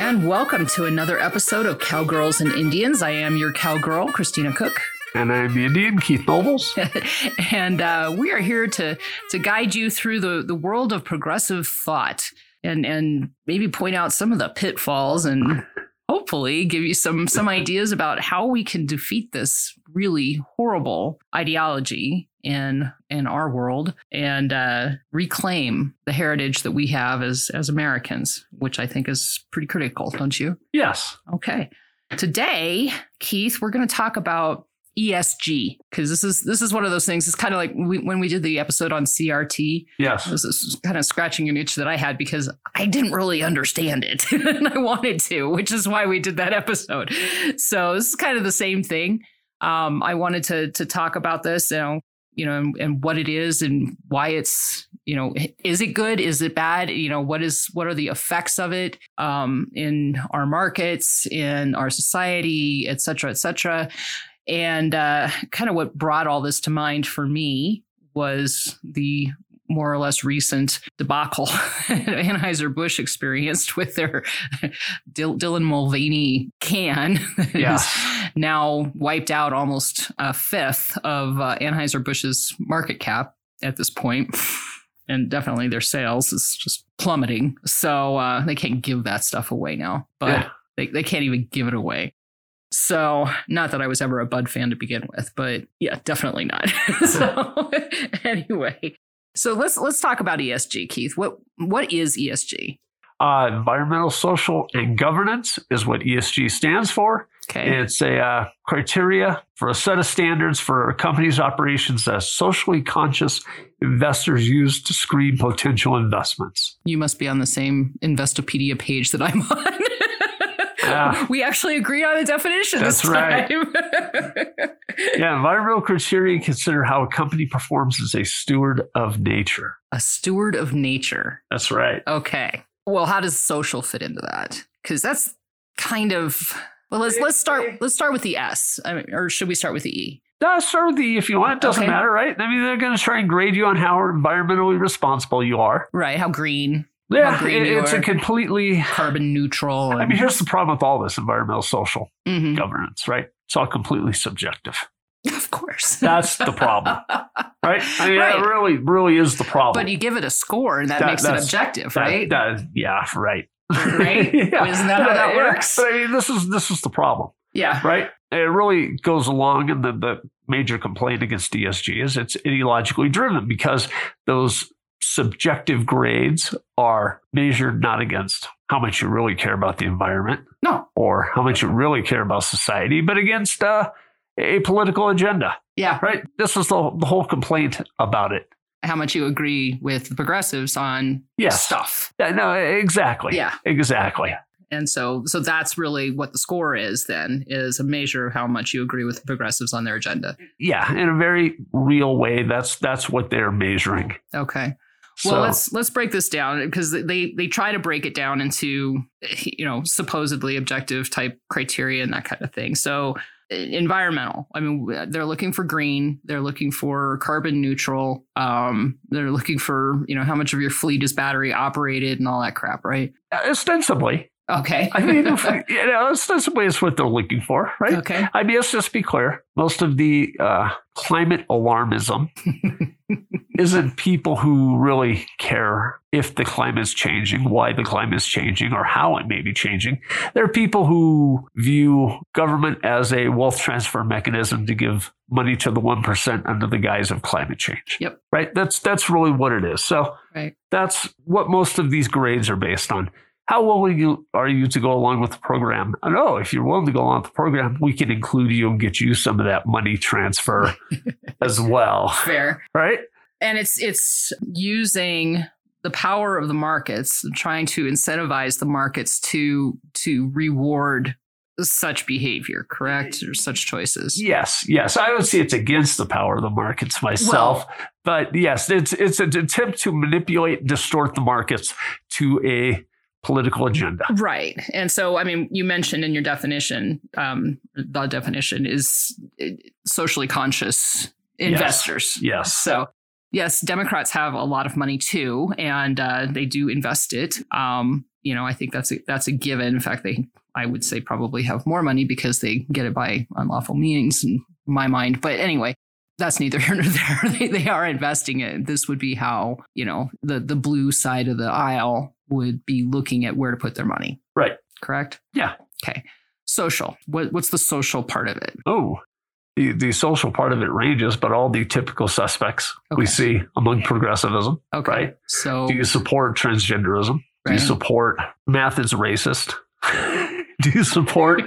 and welcome to another episode of Cowgirls and Indians. I am your cowgirl, Christina Cook. And I'm the Indian, Keith Nobles. and uh, we are here to, to guide you through the, the world of progressive thought and, and maybe point out some of the pitfalls and hopefully give you some, some ideas about how we can defeat this really horrible ideology in in our world and uh, reclaim the heritage that we have as as Americans, which I think is pretty critical, don't you? yes. Okay. Today, Keith, we're going to talk about E ESG because this is this is one of those things. It's kind of like we, when we did the episode on CRT. Yes. This is kind of scratching an itch that I had because I didn't really understand it and I wanted to, which is why we did that episode. So this is kind of the same thing. Um, I wanted to to talk about this, you know, you know, and, and what it is and why it's, you know, is it good? Is it bad? You know, what is what are the effects of it um, in our markets, in our society, et cetera, et cetera. And uh, kind of what brought all this to mind for me was the more or less recent debacle Anheuser-Busch experienced with their Dil- Dylan Mulvaney can that Yeah. has now wiped out almost a fifth of uh, Anheuser-Busch's market cap at this point. And definitely their sales is just plummeting. So uh, they can't give that stuff away now. But Yeah. they, they can't even give it away. So, not that I was ever a Bud fan to begin with, but yeah, definitely not. so, anyway, so let's let's talk about ESG, Keith. What what is E ESG? Uh, environmental, social, and governance is what ESG stands for. Okay. It's a uh, criteria for a set of standards for companies' operations that socially conscious investors use to screen potential investments. You must be on the same Investopedia page that I'm on. Yeah. We actually agreed on a definition this Ah. That's right. time. Yeah, environmental criteria consider how a company performs as a steward of nature. a steward of nature. That's right. Okay. Well, how does social fit into that? Because that's kind of well. Let's let's start let's start with the S, I mean, or should we start with the E? Uh, start with the if you want. It doesn't Okay. matter, right? I mean, they're going to try and grade you on how environmentally responsible you are. Right. How green, Yeah, green it- you it's are. a completely. carbon neutral. I And, mean, here's the problem with all this environmental, social Mhm. governance, right? It's all completely subjective. Of course. That's the problem, right? I mean, Right. that really, really is the problem. But you give it a score, and that, That- makes it that's- objective, That- right? that- yeah, right. Right? Isn't that how that Yeah, works? But I mean, this is this is the problem, yeah. right? It really goes along, and the, the major complaint against ESG is it's ideologically driven because those subjective grades are measured not against how much you really care about the environment, No. or how much you really care about society, but against uh, a political agenda, Yeah. right? This is the, the whole complaint about it. How much you agree with the progressives on Yes. stuff. Yeah, no, e-, exactly. Yeah. Exactly. And so so that's really what the score is then is a measure of how much you agree with the progressives on their agenda. Yeah, in a very real way, that's that's what they're measuring. Okay. So, Well, let's let's break this down because they they try to break it down into you know supposedly objective type criteria and that kind of thing. So e- environmental. I mean, they're looking for green. They're looking for carbon neutral. Um, they're looking for you know how much of your fleet is battery operated and all that crap, right? ostensibly, Okay. I mean, if, you know, ostensibly, it's what they're looking for, right? okay. I mean, let's just be clear. Most of the uh, climate alarmism isn't people who really care if the climate's changing, why the climate's changing, or how it may be changing. There are people who view government as a wealth transfer mechanism to give money to the 1% under the guise of climate change. Yep. Right? That's, that's really what it is. So Right. that's what most of these grades are based on how willing you, are you to go along with the program? And oh, if you're willing to go along with the program, we can include you and get you some of that money transfer as well, Fair. right? and it's it's using the power of the markets trying to incentivize the markets to to reward such behavior correct or such choices Yes, yes. I would say it's against the power of the markets myself, but yes, it's it's an attempt to manipulate, and distort the markets to a political agenda. right and so i mean you mentioned in your definition um the definition is uh, socially conscious Yes. investors Yes, So, yes, Democrats have a lot of money too, and uh, they do invest it. Um, you know, I think that's a, that's a given. In fact, they, I would say, probably have more money because they get it by unlawful means, in my mind. But anyway, that's neither here nor there. they, they are investing it. This would be how you know the the blue side of the aisle would be looking at where to put their money. Right. Correct. Yeah. Okay. Social. What, what's the social part of it? Oh, the, the social part of it ranges, but all the typical suspects Okay. we see among progressivism. Okay. Right. So Do you support transgenderism? Do you Right. support math is racist? Do you support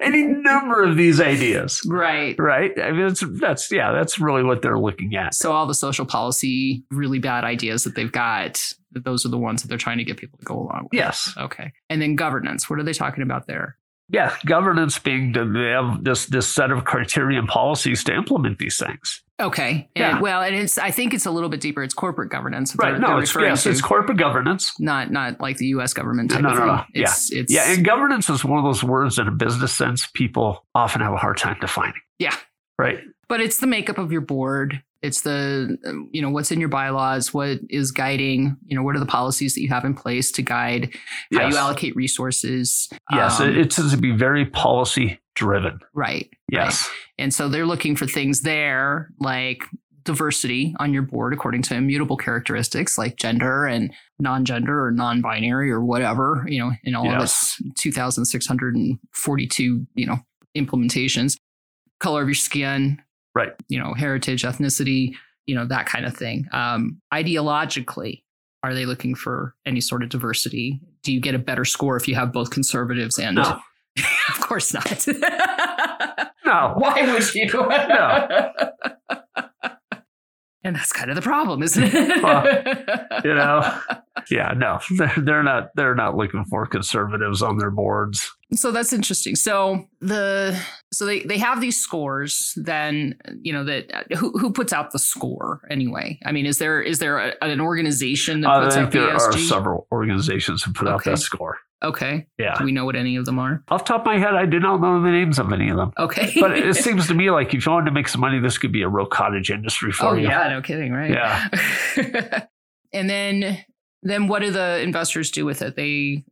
any number of these ideas? right. Right. I mean, it's, that's yeah, that's really what they're looking at. So all the social policy, really bad ideas that they've got, that those are the ones that they're trying to get people to go along with. Yes. Okay. And then governance. What are they talking about there? Yeah. Governance being to they have this this set of criteria and policies to implement these things. Okay. And Yeah. well, and it's I think it's a little bit deeper. It's corporate governance. that Right. they're- no, they're it's referring yes, to. it's corporate governance. not not like the US government type No, of no, thing. no. Yeah. It's it's Yeah, and governance is one of those words in a business sense people often have a hard time defining. Yeah. Right. but it's the makeup of your board it's the um, you know what's in your bylaws what is guiding you know what are the policies that you have in place to guide how Yes. you allocate resources Yes, Um, it, it tends to be very policy driven. right Yes. and so they're looking for things there like diversity on your board according to immutable characteristics like gender and non-gender or non-binary or whatever you know in all of Yes. its 2642 you know implementations color of your skin Right. you know heritage ethnicity you know that kind of thing um ideologically are they looking for any sort of diversity do you get a better score if you have both conservatives and No. of course not No. why would you? No. and that's kind of the problem, isn't it? You know. Yeah, no. They're, they're not they're not looking for conservatives on their boards. so that's interesting. So the so they they have these scores. Then you know that uh, who who puts out the score anyway? I mean, is there is there a, an organization that I puts think out there are ESG? several organizations who put out Okay. that score. okay, Yeah. do we know what any of them are? Off the top of my head, I do not know the names of any of them. Okay, But it seems to me like if you wanted to make some money, this could be a real cottage industry for oh you. yeah, no kidding, right? Yeah. and then then what do the investors do with it? They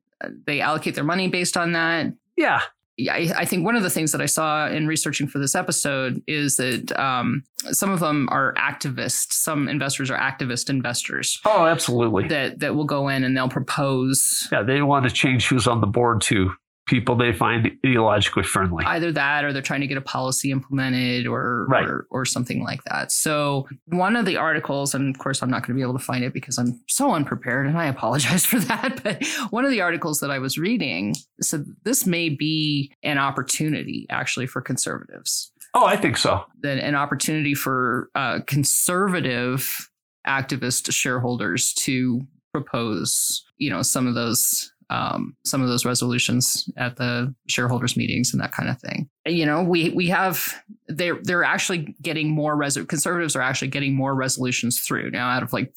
they allocate their money based on that. Yeah. Yeah, I, I think one of the things that I saw in researching for this episode is that um, some of them are activists. Some investors are activist investors Oh, absolutely. that that will go in and they'll propose Yeah, they want to change who's on the board to people they find ideologically friendly. either that or they're trying to get a policy implemented or Right. or, or something like that. So one of the articles, and of course I'm not going to be able to find it because I'm so unprepared, and I apologize for that. But one of the articles that I was reading said this may be an opportunity actually for conservatives, oh, I think so. that an opportunity for uh, conservative activist shareholders to propose, you know, some of those um, some of those resolutions at the shareholders meetings and that kind of thing. You know, we we have they're they're actually getting more res conservatives are actually getting more resolutions through now out of like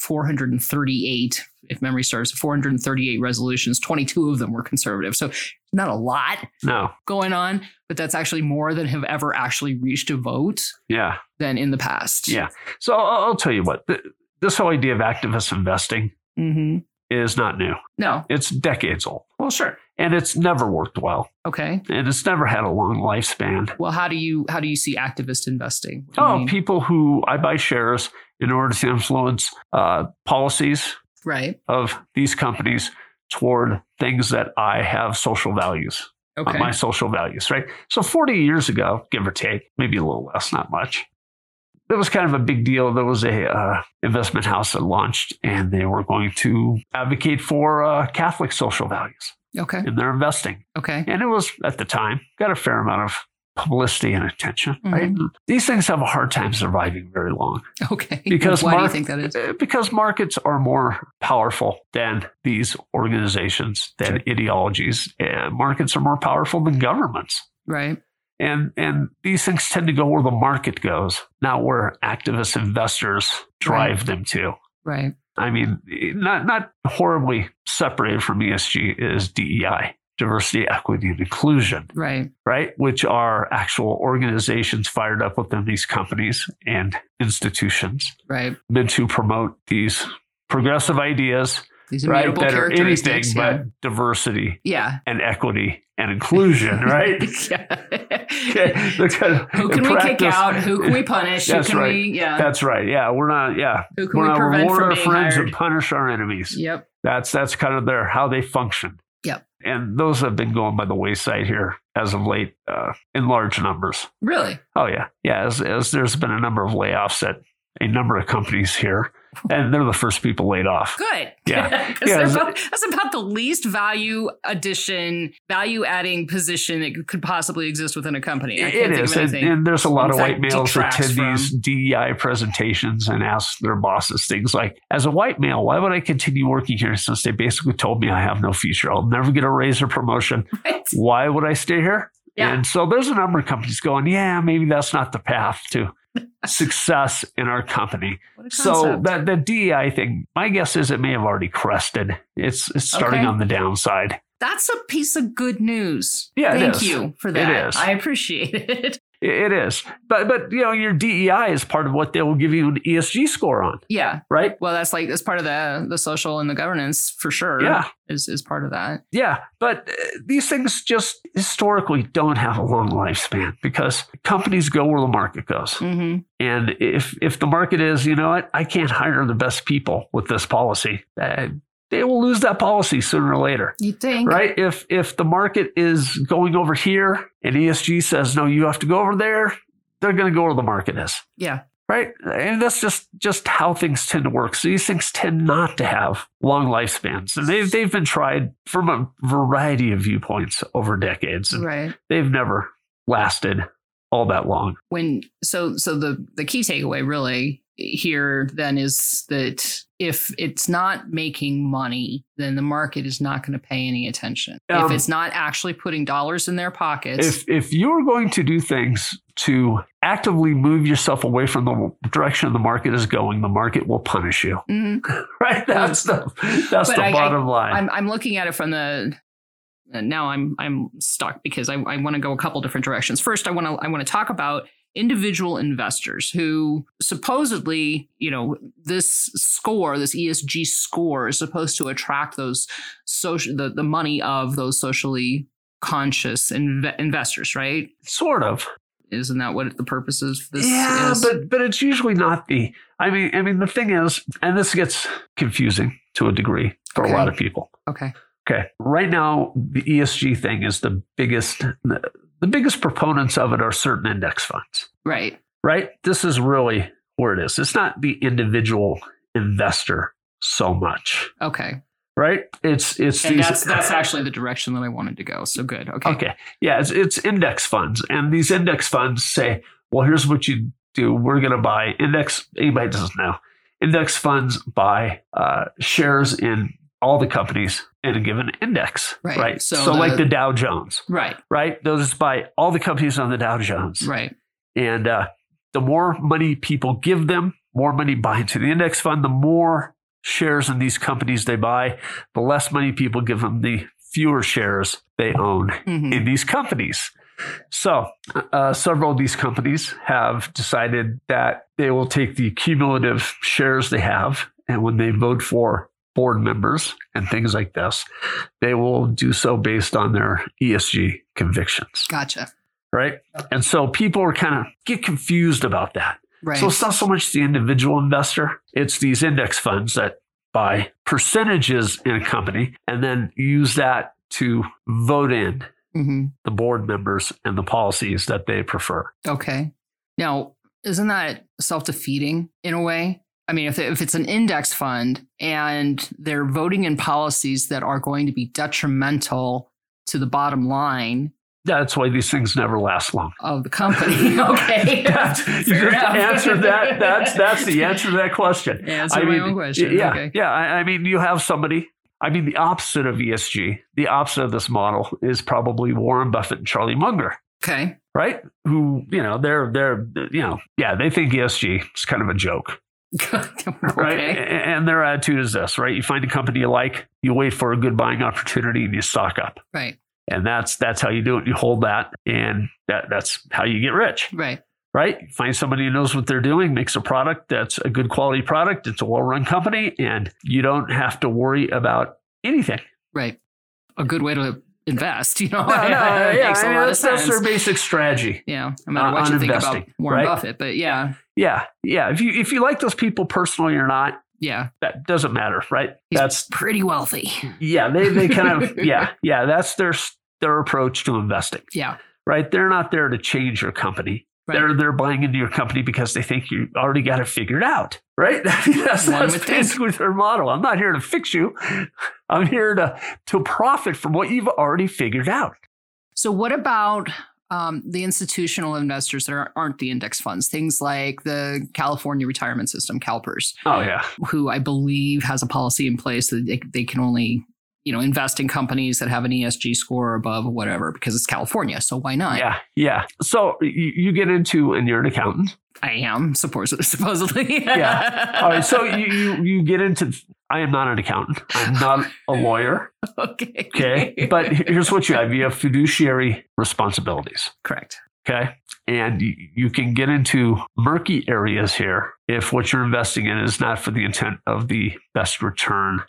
438 if memory serves 438 resolutions 22 of them were conservative so not a lot No. going on but that's actually more than have ever actually reached a vote Yeah. than in the past Yeah. So I'll, I'll tell you what, th- this whole idea of activist investing hmm is not new. no It's decades old well sure and it's never worked well okay and it's never had a long lifespan. well how do you how do you see activist investing What do you Oh, mean? people who I buy shares in order to influence uh, policies right of these companies toward things that I have social values, uh, okay my social values, right? So 40 years ago, give or take, maybe a little less, not much. That was kind of a big deal. There was a uh, investment house that launched, and they were going to advocate for uh, Catholic social values okay in their investing. okay And it was at the time got a fair amount of publicity and attention. Right? Mm-hmm. These things have a hard time surviving very long okay Because why do you Mark- think that is uh, because markets are more powerful than these organizations, than ideologies. And markets are more powerful than governments. right And and these things tend to go where the market goes, not where activist investors drive them to. right I mean, not not horribly separated from ESG is DEI, diversity, equity, and inclusion, right right? Which are actual organizations fired up within these companies and institutions right meant to promote these progressive ideas These right? immutable That are anything characteristics. but diversity yeah. and equity and inclusion, right? yeah. Okay, because who in can we kick practice- out? Who can we punish? That's who can right. we yeah. That's right. Yeah, we're not. Yeah, who can we're we not prevent reward from our being friends hired? and punish our enemies. Yep. That's that's kind of their how they function. Yep. And those have been going by the wayside here as of late, uh, in large numbers. Really? Oh yeah, yeah. As, as there's been a number of layoffs at a number of companies here, and they're the first people laid off. Good. Yeah. 'Cause Yeah, they're it's- about- that's about the least value addition, value adding position that could possibly exist within a company. I It can't is, Think and, of anything. and there's a lot of that white males that detracts attend these DEI presentations and ask their bosses things like, "As a white male, why would I continue working here since they basically told me I have no future? I'll never get a raise or promotion. Right? Why would I stay here?" Yeah. And so there's a number of companies going, "Yeah, maybe that's not the path to success in our company." What a So concept. that the DEI thing, my guess is it may have already crested. It's it's starting Okay. on the downside. that's a piece of good news. Yeah, it Thank is. you for that. is. I appreciate it. It it is, but but you know your DEI is part of what they will give you an ESG score on, Yeah. right? Well, that's like that's part of the the social and the governance for sure. Yeah, Is is part of that. yeah. But uh, these things just historically don't have a long lifespan because companies go where the market goes, hmm and if if the market is, you know what, I can't hire the best people with this policy, uh, they will lose that policy sooner or later. You think? Right? If if the market is going over here and ESG says no, you have to go over there, they're going to go where the market is. Yeah. right and that's just just how things tend to work so these things tend not to have long lifespans and they've, they've been tried from a variety of viewpoints over decades and Right. they've never lasted all that long when so so the the key takeaway really here then is that if it's not making money then the market is not going to pay any attention if Um, it's not actually putting dollars in their pockets if if you're going to do things to actively move yourself away from the direction the market is going the market will punish you Mhm. right that's the that's But the I- I- bottom line i'm i'm looking at it from the uh, now i'm i'm stuck because i, I want to go a couple different directions first i want to i want to talk about individual investors who supposedly you know this score this esg score is supposed to attract those social the, the money of those socially conscious inve- investors right sort of isn't that what the purpose of this yeah, is but but it's usually not the. I mean, I mean the thing is, and this gets confusing to a degree for Okay. a lot of people. okay Okay, right now the ESG thing is the biggest. The, the biggest proponents of it are certain index funds. right Right, this is really where it is. It's not the individual investor so much. okay Right, it's it's and these- that's that's actually the direction that i wanted to go so good okay Okay. Yeah, it's, it's index funds. And these index funds say, well, here's what you do. We're going to buy index, anybody that doesn't know, index funds buy uh, shares in all the companies in a given index. Right. So So, like the- the Dow Jones, right right? They'll just buy all the companies on the Dow Jones. right And uh, the more money people give them, more money buy into the index fund, the more shares in these companies they buy, the less money people give them, the fewer shares they own Mhm. in these companies. So, uh, several of these companies have decided that they will take the cumulative shares they have, and when they vote for board members and things like this, they will do so based on their ESG convictions, gotcha right? And so people are kind of get confused about that. right So it's not so much the individual investor, it's these index funds that buy percentages in a company and then use that to vote in hmm the board members and the policies that they prefer. Okay. Now, isn't that self defeating in a way? I mean, if, if it's an index fund and they're voting in policies that are going to be detrimental to the bottom line That's why these things never last long. of the company, okay. That's- you Fair just enough. answered that. That's that's the answer to that question. Answer my own question. Yeah, okay. yeah. I, I mean, you have somebody. I mean, the opposite of ESG, the opposite of this model is probably Warren Buffett and Charlie Munger, Okay. right? Who you know they're they're you know yeah they think ESG is kind of a joke. okay. right? A- And their attitude is this, right? You find a company you like, you wait for a good buying opportunity, and you stock up, Right. and that's that's how you do it. You hold that, and that that's how you get rich, Right. right? Find somebody who knows what they're doing, makes a product that's a good quality product, it's a well run company, and you don't have to worry about anything. Right. A good way to invest, you know. No, no, It Oh, yeah, makes I a mean, lot of that's, that's sense. their basic strategy. yeah. No matter what on you think about investing, Warren Uh, right? Buffett, but yeah. Yeah, yeah. If you if you like those people personally or not, Yeah. that doesn't matter, right? He's- That's Pretty wealthy. yeah. They they kind of yeah yeah. That's their s- their approach to investing, Yeah. right? They're not there to change your company. Right. They're they're buying into your company because they think you already got it figured out, right? that's One that's would think. basically their model. I'm not here to fix you. I'm here to to profit from what you've already figured out. So, what about um, the institutional investors that are- aren't the index funds? Things like the California retirement system, CalPERS, Oh yeah, who I believe has a policy in place that they, they can only you know invest in companies that have an ESG score above or whatever because it's California. So why not? yeah, yeah. So you, you get into and you're an accountant. I am supposedly. supposedly. Yeah. All right, so you, you you get into. I am not an accountant. I'm not a lawyer. okay. Okay, but here's what you have: you have fiduciary responsibilities. correct. Okay, and you, you can get into murky areas here if what you're investing in is not for the intent of the best return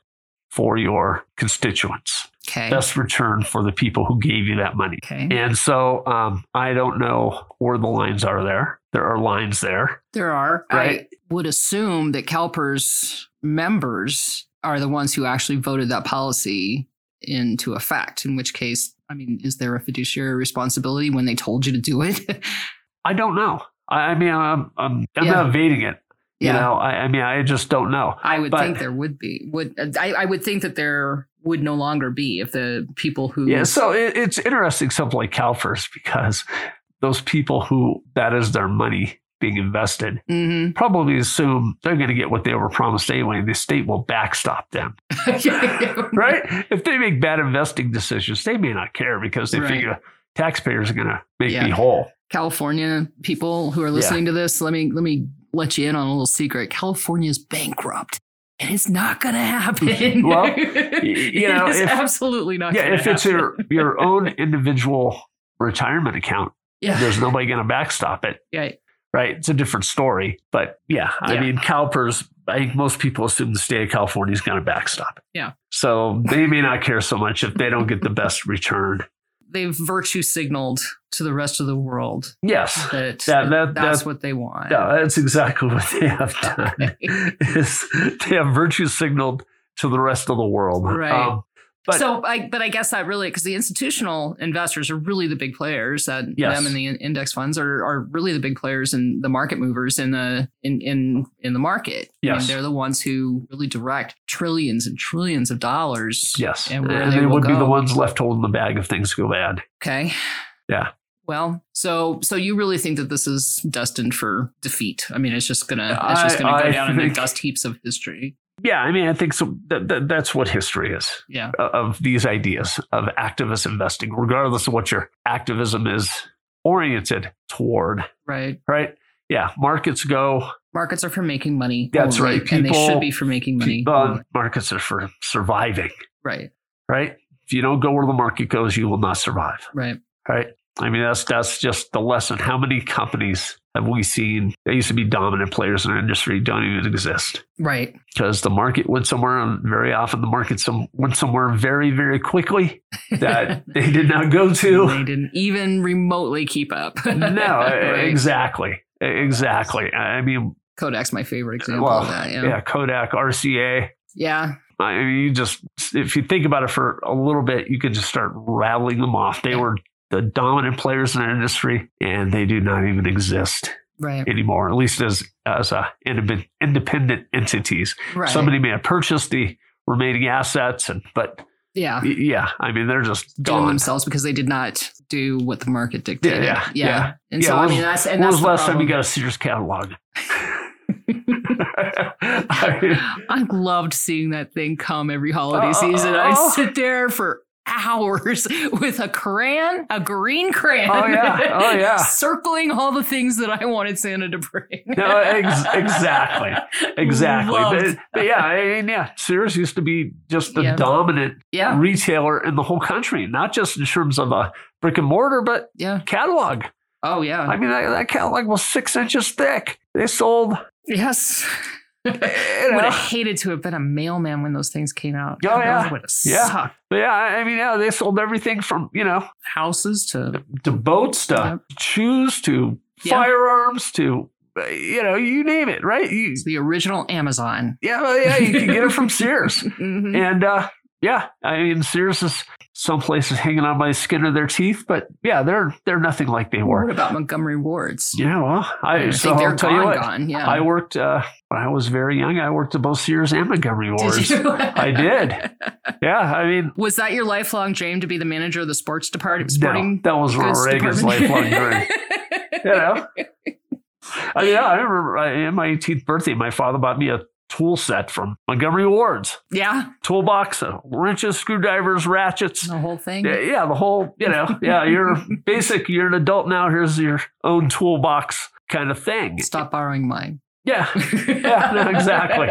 for your constituents, Okay. best return for the people who gave you that money. okay. And so um, I don't know where the lines are there. There are lines there. There are. Right. I would assume that CalPERS members are the ones who actually voted that policy into effect, in which case, I mean, is there a fiduciary responsibility when they told you to do it? I don't know. I, I mean, I'm I'm, I'm Yeah. not evading it. You know, I, I mean, I just don't know. I would but- think there would be. Would I, I would think that there would no longer be if the people who Yeah, so it, it's interesting something like CalPERS because those people who that is their money being invested Mhm. probably assume they're going to get what they were promised anyway. and The state will backstop them, right? if they make bad investing decisions, they may not care because they Right. figure taxpayers are going to make Yeah. me whole. California people who are listening to this, let me let me let you in on a little secret. California's bankrupt, and it's not going to happen. Well, y- you you know, it's if- absolutely not. Yeah, gonna if it's happen. your your own individual retirement account, yeah, there's nobody going to backstop it. yeah, right? It's a different story. But yeah, I Yeah. mean, CalPERS, I think most people assume the state of California is going to backstop it. Yeah. So they may not care so much if they don't get the best return. they've virtue signaled to the rest of the world Yes. that, That- that- that's that- what they want. Yeah, that's exactly what they have done. is they have virtue signaled to the rest of the world. Um, Right. but- so, I, but I guess that really because the institutional investors are really the big players. That Yes. them and the in- index funds are are really the big players and the market movers in the in in in the market. I mean, Yes. they're the ones who really direct trillions and trillions of dollars. yes. And And, where they they will would be go. the ones left holding the bag if things go bad. Okay. Yeah. Well, so so you really think that this is destined for defeat? I mean, it's just gonna it's I- just gonna go I down in the think- dust heaps of history. Yeah. I mean, I think so. That, that, that's what history is. uh, Yeah. of these ideas of activist investing, regardless of what your activism is oriented toward, Right. right? Yeah, markets go. Markets are for making money. That's only, right. and they should People- be for making money. Uh, only. markets are for surviving, right. right? If you don't go where the market goes, you will not survive, Right. right? I mean, that's that's just the lesson. How many companies have we seen that used to be dominant players in our industry don't even exist Right. because the market went somewhere, and very often the market some, went somewhere very, very quickly that they did not go to. They didn't even remotely keep up. no, e-, Right. exactly. Exactly. I mean, Kodak's my favorite example uh, well, of that. yeah. Yeah. yeah. Kodak, RCA. I mean, you just, if you think about it for a little bit, you could just start rattling them off. They Yeah. were the dominant players in our industry, and they do not even exist Right. anymore, at least as, as uh, indep- independent entities. Right. Somebody may have purchased the remaining assets, and but yeah. y- yeah, I mean, they're just Doing gone. themselves because they did not do what the market dictated. yeah, yeah. And Yeah, so I when- mean that's and When was that's the the last time you problem. got a Sears catalog? I mean, I loved seeing that thing come every holiday Oh. season. I'd sit there for hours with a crayon, a green crayon. Oh, yeah. Oh, yeah. Circling all the things that I wanted Santa to bring. No, ex- exactly. Exactly. Loved- But, but yeah, I mean, yeah, Sears used to be just the Yeah. dominant yeah. retailer in the whole country, not just in terms of a brick and mortar, but Yeah. catalog. Oh yeah. I mean, that, that catalog was six inches thick. They sold, yes. you would know, have hated to have been a mailman when those things came out. Oh, yeah. would have Yeah. sucked. yeah, I I mean, yeah, they sold everything from, you know, Houses to to boats to Yep. shoes to Yeah. firearms to, uh, you know, you name it, right? You, the original Amazon. yeah, well, yeah, you can get it from Sears. Mhm. And uh, yeah, I mean, Sears is some places hanging on by the skin of their teeth, but yeah, they're they're nothing like they What were. about Montgomery Ward's? Yeah, well, I, I so think they're I'll tell you gone, what. gone. Yeah. I worked uh, when I was very young. I worked at both Sears and Montgomery Wars. I did. Yeah, I mean, Was that your lifelong dream to be the manager of the sports department? no, Sporting that was Ronald goods Reagan's department? lifelong dream. You know, I mean, yeah, I remember I, in my 18th birthday, my father bought me a tool set from Montgomery Ward's yeah, toolbox, uh, wrenches, screwdrivers, ratchets. the whole thing. Yeah, yeah, the whole, you know, yeah, you're basic, you're an adult now, here's your own toolbox kind of thing. Stop borrowing mine. Yeah, Yeah, no, exactly.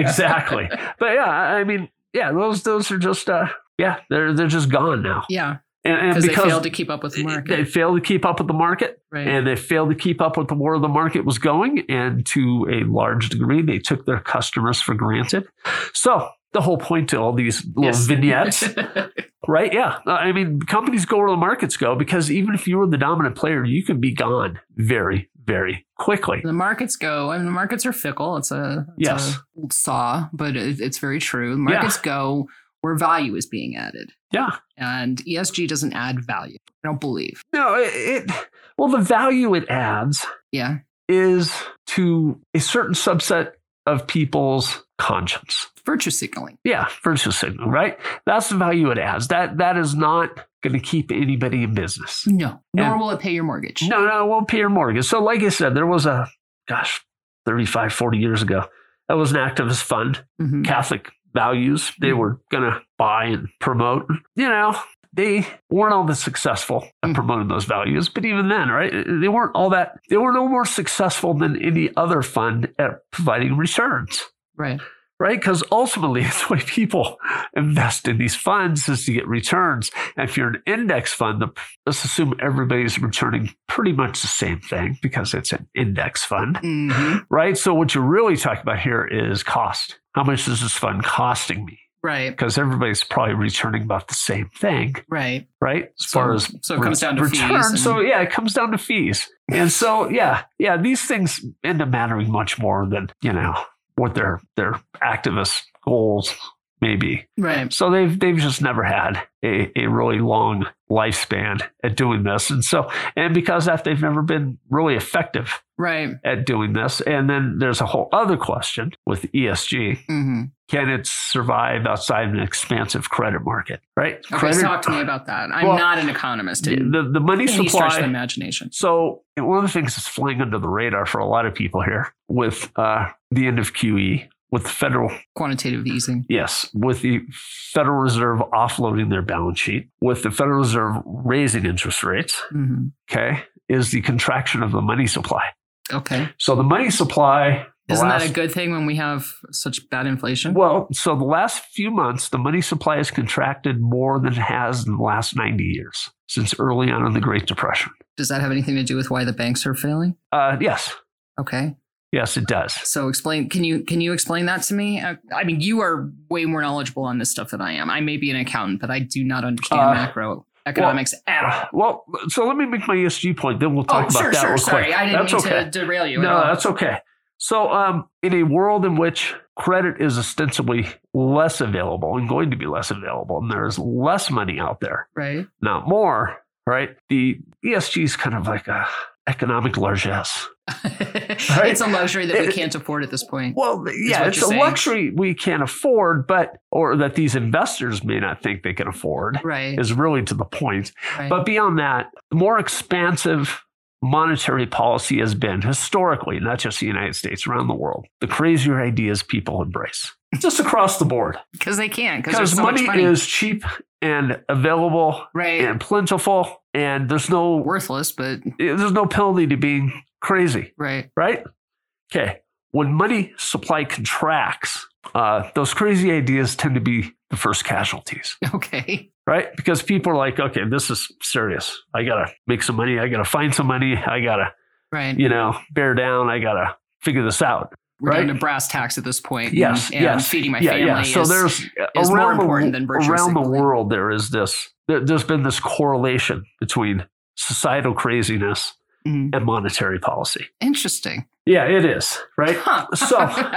exactly. But yeah, I I mean, yeah, those those are just uh yeah, they're they're just gone now. Yeah, And, and because they because failed to keep up with the market. they failed to keep up with the market right. and they failed to keep up with the where the market was going and to a large degree they took their customers for granted. So the whole point to all these little Yes. vignettes Right. Yeah. Uh, I mean, companies go where the markets go because even if you were the dominant player, you can be gone very, very quickly. the markets go I mean, the markets are fickle it's a it's Yes. a old saw but it, it's very true the markets go where value is being added Yeah. and esg doesn't add value i don't believe No, it, it well, the value it adds yeah is to a certain subset of people's conscience. virtue signaling Yeah, virtue signal, right? That's the value it adds. That that is not going to keep anybody in business. no nor And- will it pay your mortgage No, no, well, Pierre Morgan. So, like I said, there was a gosh, 35, 40 years ago. That was an activist fund Mhm. Catholic values they Mhm. were going to buy and promote. You know, they weren't all that successful at Mhm. promoting those values, but even then, right? They weren't all that, they were no more successful than any other fund at providing returns, right right? Because ultimately, it's why people invest in these funds is to get returns. And if you're an index fund, the, let's assume everybody's returning pretty much the same thing because it's an index fund Mhm. right? So what you're really talking about here is cost. How much is this fund costing me? right Because everybody's probably returning about the same thing, right right? As so, far as so it comes re- down to return. fees and- So yeah, it comes down to fees. And so yeah, yeah, these things end up mattering much more than you know what their their activist goals may be. right So they've they've just never had a, a really long lifespan at doing this. And so and because of that they've never been really effective right at doing this. And then there's a whole other question with ESG. hmm Can it survive outside an expansive credit market? Right? okay credit, so talk to me about that i'm Well, not an economist in the, the money any stretch of the supply. imagination So one of the things that's flying under the radar for a lot of people here with uh, the end of QE, with the federal quantitative easing Yes, with the Federal Reserve offloading their balance sheet, with the Federal Reserve raising interest rates, hmm okay, is the contraction of the money supply. okay So the money supply the Isn't that last- a good thing when we have such bad inflation? Well, so the last few months, the money supply has contracted more than it has in the last 90 years since early on in the Great Depression. Does that have anything to do with why the banks are failing? Uh, yes, Okay, yes, it does. so explain. Can you can you explain that to me? I, I mean, you are way more knowledgeable on this stuff than I am. I may be an accountant, but I do not understand Uh, macro economics at all. Uh, Well, so let me make my ESG point, then we'll talk Oh, about sure, that sure. real Sorry, quick. I didn't that's mean okay. to derail you. no, at all. that's okay. So, um, in a world in which credit is ostensibly less available and going to be less available, and there's less money out there, right. not more, right? The ESG is kind of like a economic largesse. it's a luxury that we It- can't afford at this point. Well, th- yeah, what it's you're a saying. luxury we can't afford, but or that these investors may not think they can afford Right. is really to the point. right. But beyond that, the more expansive monetary policy has been historically, not just the United States, around the world, the crazier ideas people embrace. Just across the board. because they can't. Because Because there's so money, much money. is cheap and available right. and plentiful, and there's no Worthless, but there's no penalty to being crazy right. right? Okay. When money supply contracts, uh, those crazy ideas tend to be the first casualties, Okay. right? Because people are like, okay, this is serious. I got to make some money. I got to find some money. I got to, Right. you know, bear down. I got to figure this out. We're down right? to brass tacks at this point. Yes, And, and yes. feeding my yeah, family yeah. So is, there's is more around, the, important than virtue around the signaling. world, there is this, there, there's been this correlation between societal craziness Mhm. and monetary policy. interesting. Yeah, it is, right? Huh. So,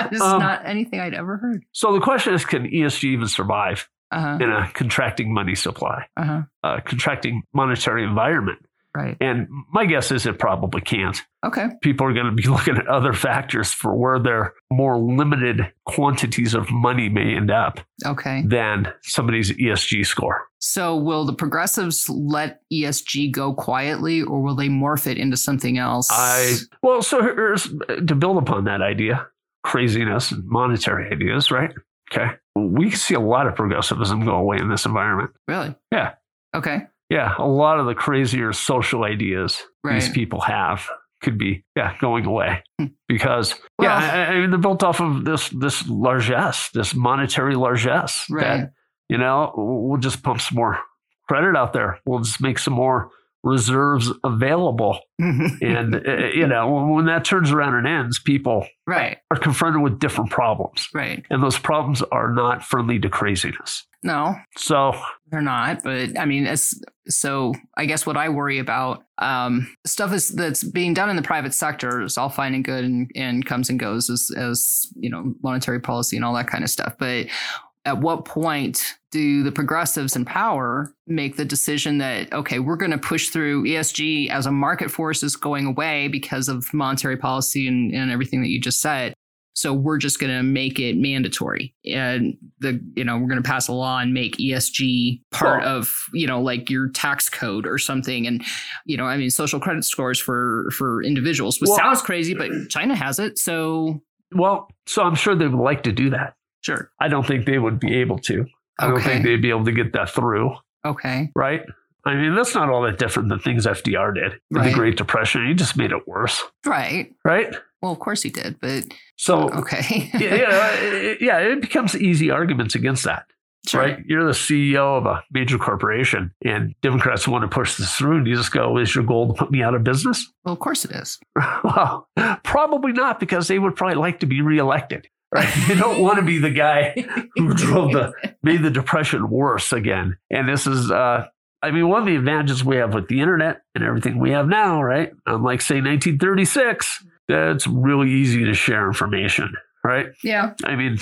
this is um, not anything I'd ever heard. So the question is can ESG even survive Uh huh. in a contracting money supply, Uh huh. a contracting monetary environment? Right. And my guess is it probably can't. Okay. People are going to be looking at other factors for where their more limited quantities of money may end up Okay. than somebody's ESG score. So will the progressives let ESG go quietly, or will they morph it into something else? I well, so here's uh, to build upon that idea, craziness and monetary ideas, right? Okay, we see a lot of progressivism go away in this environment. really. Yeah. Okay. Yeah, a lot of the crazier social ideas these Right. people have could be yeah going away Hmm. because Well- yeah I, I mean they're built off of this this largesse this monetary largesse Right. that, you know we'll just pump some more credit out there we'll just make some more reserves available and uh, you know when- when that turns around and ends people right. are confronted with different problems Right. and those problems are not friendly to craziness No, so they're not. But I mean, it's so. I guess what I worry about um, stuff is that's being done in the private sector is all fine and good and, and comes and goes as as you know monetary policy and all that kind of stuff. But at what point do the progressives in power make the decision that okay we're going to push through esg as a market force is going away because of monetary policy and, and everything that you just said so we're just going to make it mandatory and the you know we're going to pass a law and make esg part Well- of you know like your tax code or something and you know i mean social credit scores for for individuals which Well- sounds crazy but china has it so well so i'm sure they would like to do that sure I don't think they would be able to. I don't think okay they'd be able to get that through, okay right? I mean, that's not all that different than things FDR did in the Right. Great Depression. He just made it worse, right right? Well, of course he did, but So, okay. yeah, you know, it- yeah, it becomes easy arguments against that, Sure. right? You're the CEO of a major corporation, and Democrats want to push this through, and you just go, "Is your goal to put me out of business?" Well, of course it is. well, probably not, because they would probably like to be reelected, right? you don't want to be the guy who drove the made the depression worse again. And this is, uh, I mean, one of the advantages we have with the internet and everything we have now, right? Unlike say 1936, that's really easy to share information, right? Yeah. I mean,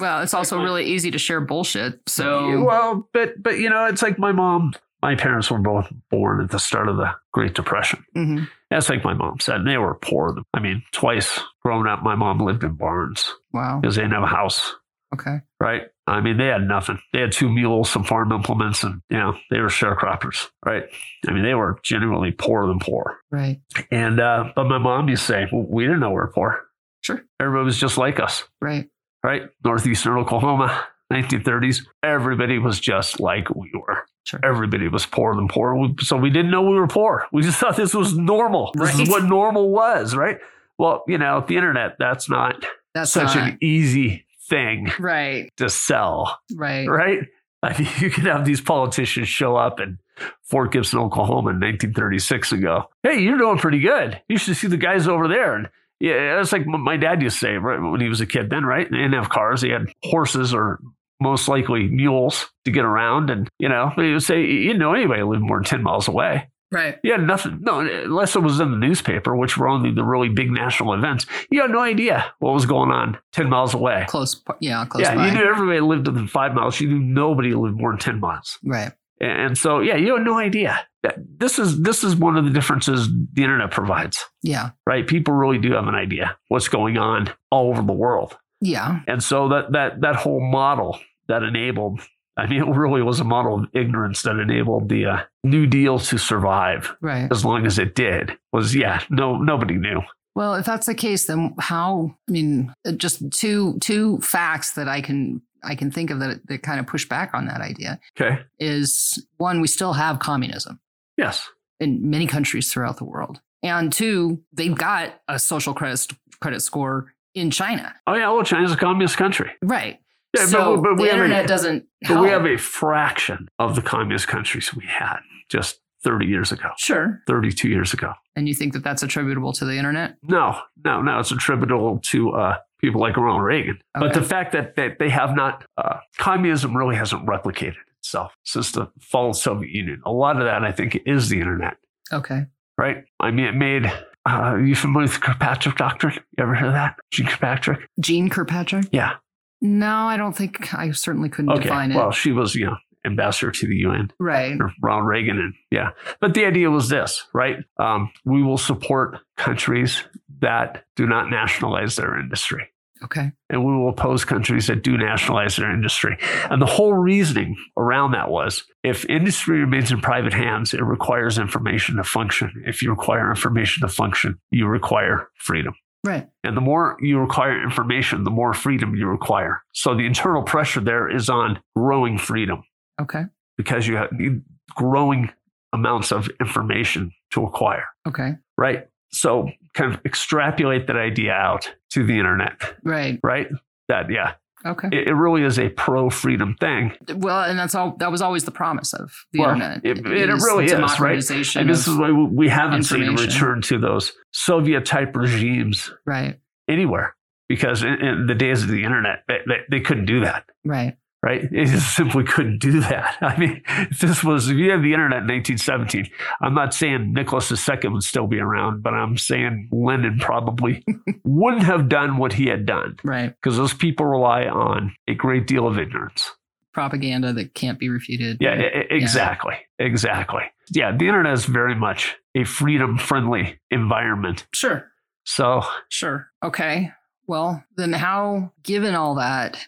Well, it's also really easy to share bullshit. So well, but but you know, it's like my mom. My parents were both born at the start of the Great Depression. Mhm. That's like my mom said. And they were poor. I mean, twice growing up, my mom lived in barns wow. because they didn't have a house. Okay. right? I mean, they had nothing. They had two mules, some farm implements, and you know, they were sharecroppers, right? I mean, they were genuinely poorer than poor. Right. And uh, but my mom used to say, well, we didn't know we were poor. Sure. Everybody was just like us, Right. right? Northeastern Oklahoma, 1930s. Everybody was just like we were. Sure. Everybody was poorer than poor. We- So we didn't know we were poor. We just thought this was normal. This Right. is what normal was, right? Well, you know, the internet, that's not That's not, such an easy thing right. to sell Right. right? I mean, you could have these politicians show up in Fort Gibson, Oklahoma in 1936 and go, hey, you're doing pretty good. You should see the guys over there. And yeah, it's like m- my dad used to say right, when he was a kid then, right? They didn't have cars. They had horses or most likely mules to get around. And, you know, he would say, you didn't know anybody who lived more than 10 miles away. Right. You had nothing. No, unless it was in the newspaper, which were only the really big national events. You had no idea what was going on 10 miles away Close. Yeah. Close yeah, by. you knew everybody lived within five miles. You knew nobody lived more than ten miles, Right. and and so yeah, you had no idea. That- This is this is one of the differences the internet provides, Yeah. right? People really do have an idea what's going on all over the world, Yeah. and so that that that whole model that enabled. I mean, it really was a model of ignorance that enabled the uh, New Deal to survive Right. as long as it did. Was yeah, no, nobody knew. Well, if that's the case, then how? I mean, uh, just two two facts that I can I can think of that that kind of push back on that idea Okay. is one, we still have communism. Yes. in many countries throughout the world. And two, they've got a social credit credit score in China. Oh yeah, well, China's a communist country. Right. Yeah, but- so but, the we have internet a, doesn't. but we help. have a fraction of the communist countries we had just 30 years ago, sure. 32 years ago. And you think that that's attributable to the internet? No, no, no. It's attributable to uh, people like Ronald Reagan. But Okay. the fact that, that they have not, uh, communism really hasn't replicated itself since the fall of the Soviet Union. A lot of that, I think, is the internet, Okay. right? I mean, it made, uh, you familiar with the Kirkpatrick Doctrine? You ever heard of that? Gene Kirkpatrick? Jean Kirkpatrick? Yeah. No, I don't think I certainly couldn't Okay. define it. Well, she was, you know, ambassador to the UN. right. or Ronald Reagan, and yeah. But the idea was this, right? Um, we will support countries that do not nationalize their industry, Okay. and we will oppose countries that do nationalize their industry. And the whole reasoning around that was, if industry remains in private hands, it requires information to function. If you require information to function, you require freedom. Right. And the more you require information, the more freedom you require. So the internal pressure there is on growing freedom Okay. because you have, need growing amounts of information to acquire, Okay. right? So kind of extrapolate that idea out to the internet, Right. right? That, yeah, Okay. it, it really is a pro freedom thing. well, and that's all. That was always the promise of the Well, internet. it- it is really is, right? democratization And this of- is why we- we haven't seen a information. return to those Soviet type regimes right. anywhere because in, in the days of the internet, they, they, they couldn't do that. Right. right? It just simply couldn't do that. I mean, if this was, if you had the internet in 1917, I'm not saying Nicholas II would still be around, but I'm saying Lenin probably wouldn't have done what he had done Right. because those people rely on a great deal of ignorance. Propaganda that can't be refuted. Yeah, e- e- exactly. Exactly. Yeah, the internet is very much a freedom friendly environment. Sure. So, Sure. Okay. Well, then how, given all that,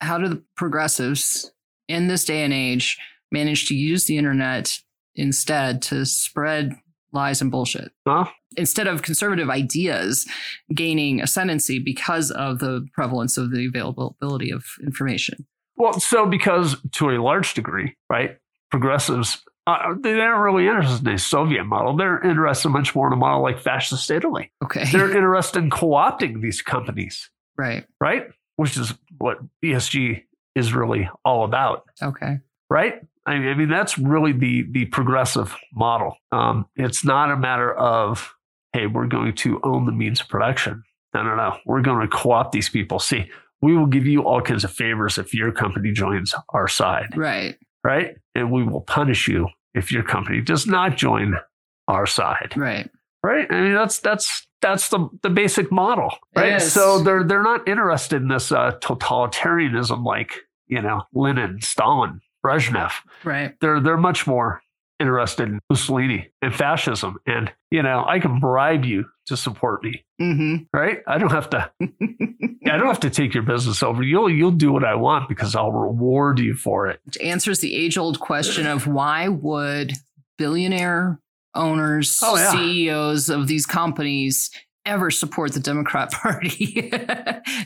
how do the progressives in this day and age manage to use the internet instead to spread lies and bullshit? well, Instead of conservative ideas gaining ascendancy because of the prevalence of the availability of information. Well, so because to a large degree, right, progressives, uh, they aren't really interested in a Soviet model. They're interested much more in a model like fascist Italy. Okay. They're interested in co opting these companies, right. right? Which is what ESG is really all about, Okay. right? I mean, I mean that's really the, the progressive model. Um, it's not a matter of, hey, we're going to own the means of production. No, no, no. We're going to co opt these people. See, we will give you all kinds of favors if your company joins our side Right. right? And we will punish you if your company does not join our side, Right. right? I mean, that's that's that's the the basic model, It right? is. So they're they're not interested in this uh, totalitarianism like you know Lenin, Stalin, Brezhnev. Right. They're they're much more interested in Mussolini and fascism, and you know I can bribe you to support me, Mm right? I don't have to hmm. I don't have to take your business over. You'll you'll do what I want because I'll reward you for it. answers the age old question of why would billionaire owners, Oh, yeah. CEOs of these companies ever support the Democrat Party?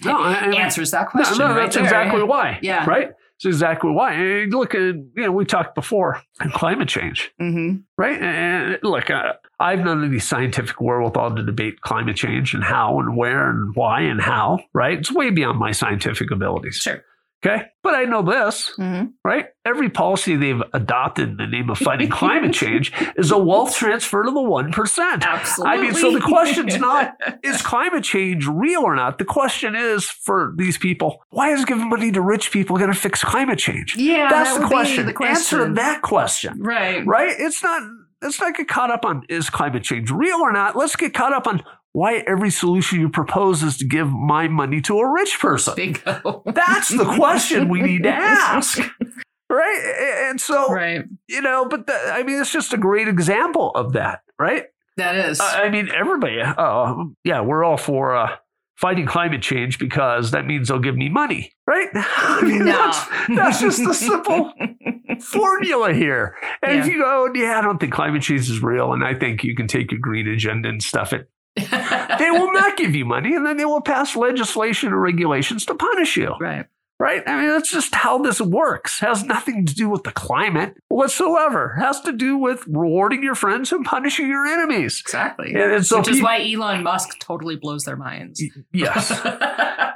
No, I- I- answers that question. No, no, right that's there. exactly why. Yeah. Right? It's exactly why. And look at, you know, we talked before climate change, Mhm. right? And look, uh, I have none of the scientific wherewithal to debate climate change and how and where and why and how, right? It's way beyond my scientific abilities. Sure. Okay. But I know this, Mhm. right? Every policy they've adopted in the name of fighting climate change is a wealth transfer to the 1%. Absolutely. I mean, so the question's not- Is climate change real or not? The question is for these people, why is giving money to rich people going to fix climate change? yeah, That's that the would be question. the question. Answer that question, Right. right? It's not. Let's not get caught up on is climate change real or not. Let's get caught up on why every solution you propose is to give my money to a rich person. Bingo. That's the question we need to ask, right? A- And so Right. you know, but the, I mean, it's just a great example of that, right? That is. I I mean, everybody. Oh, yeah, we're all for uh, fighting climate change because that means they'll give me money, right? I mean, uh, that's, that's just the simple formula here. And if Yeah. you go, yeah, I don't think climate change is real, and I think you can take your green agenda and stuff it, they will not give you money, and then they will pass legislation or regulations to punish you, right. right? I mean, that's just how this works. It has nothing to do with the climate. whatsoever. It has to do with rewarding your friends and punishing your enemies. Exactly. And, and so Which is peop- why Elon Musk totally blows their minds. yes.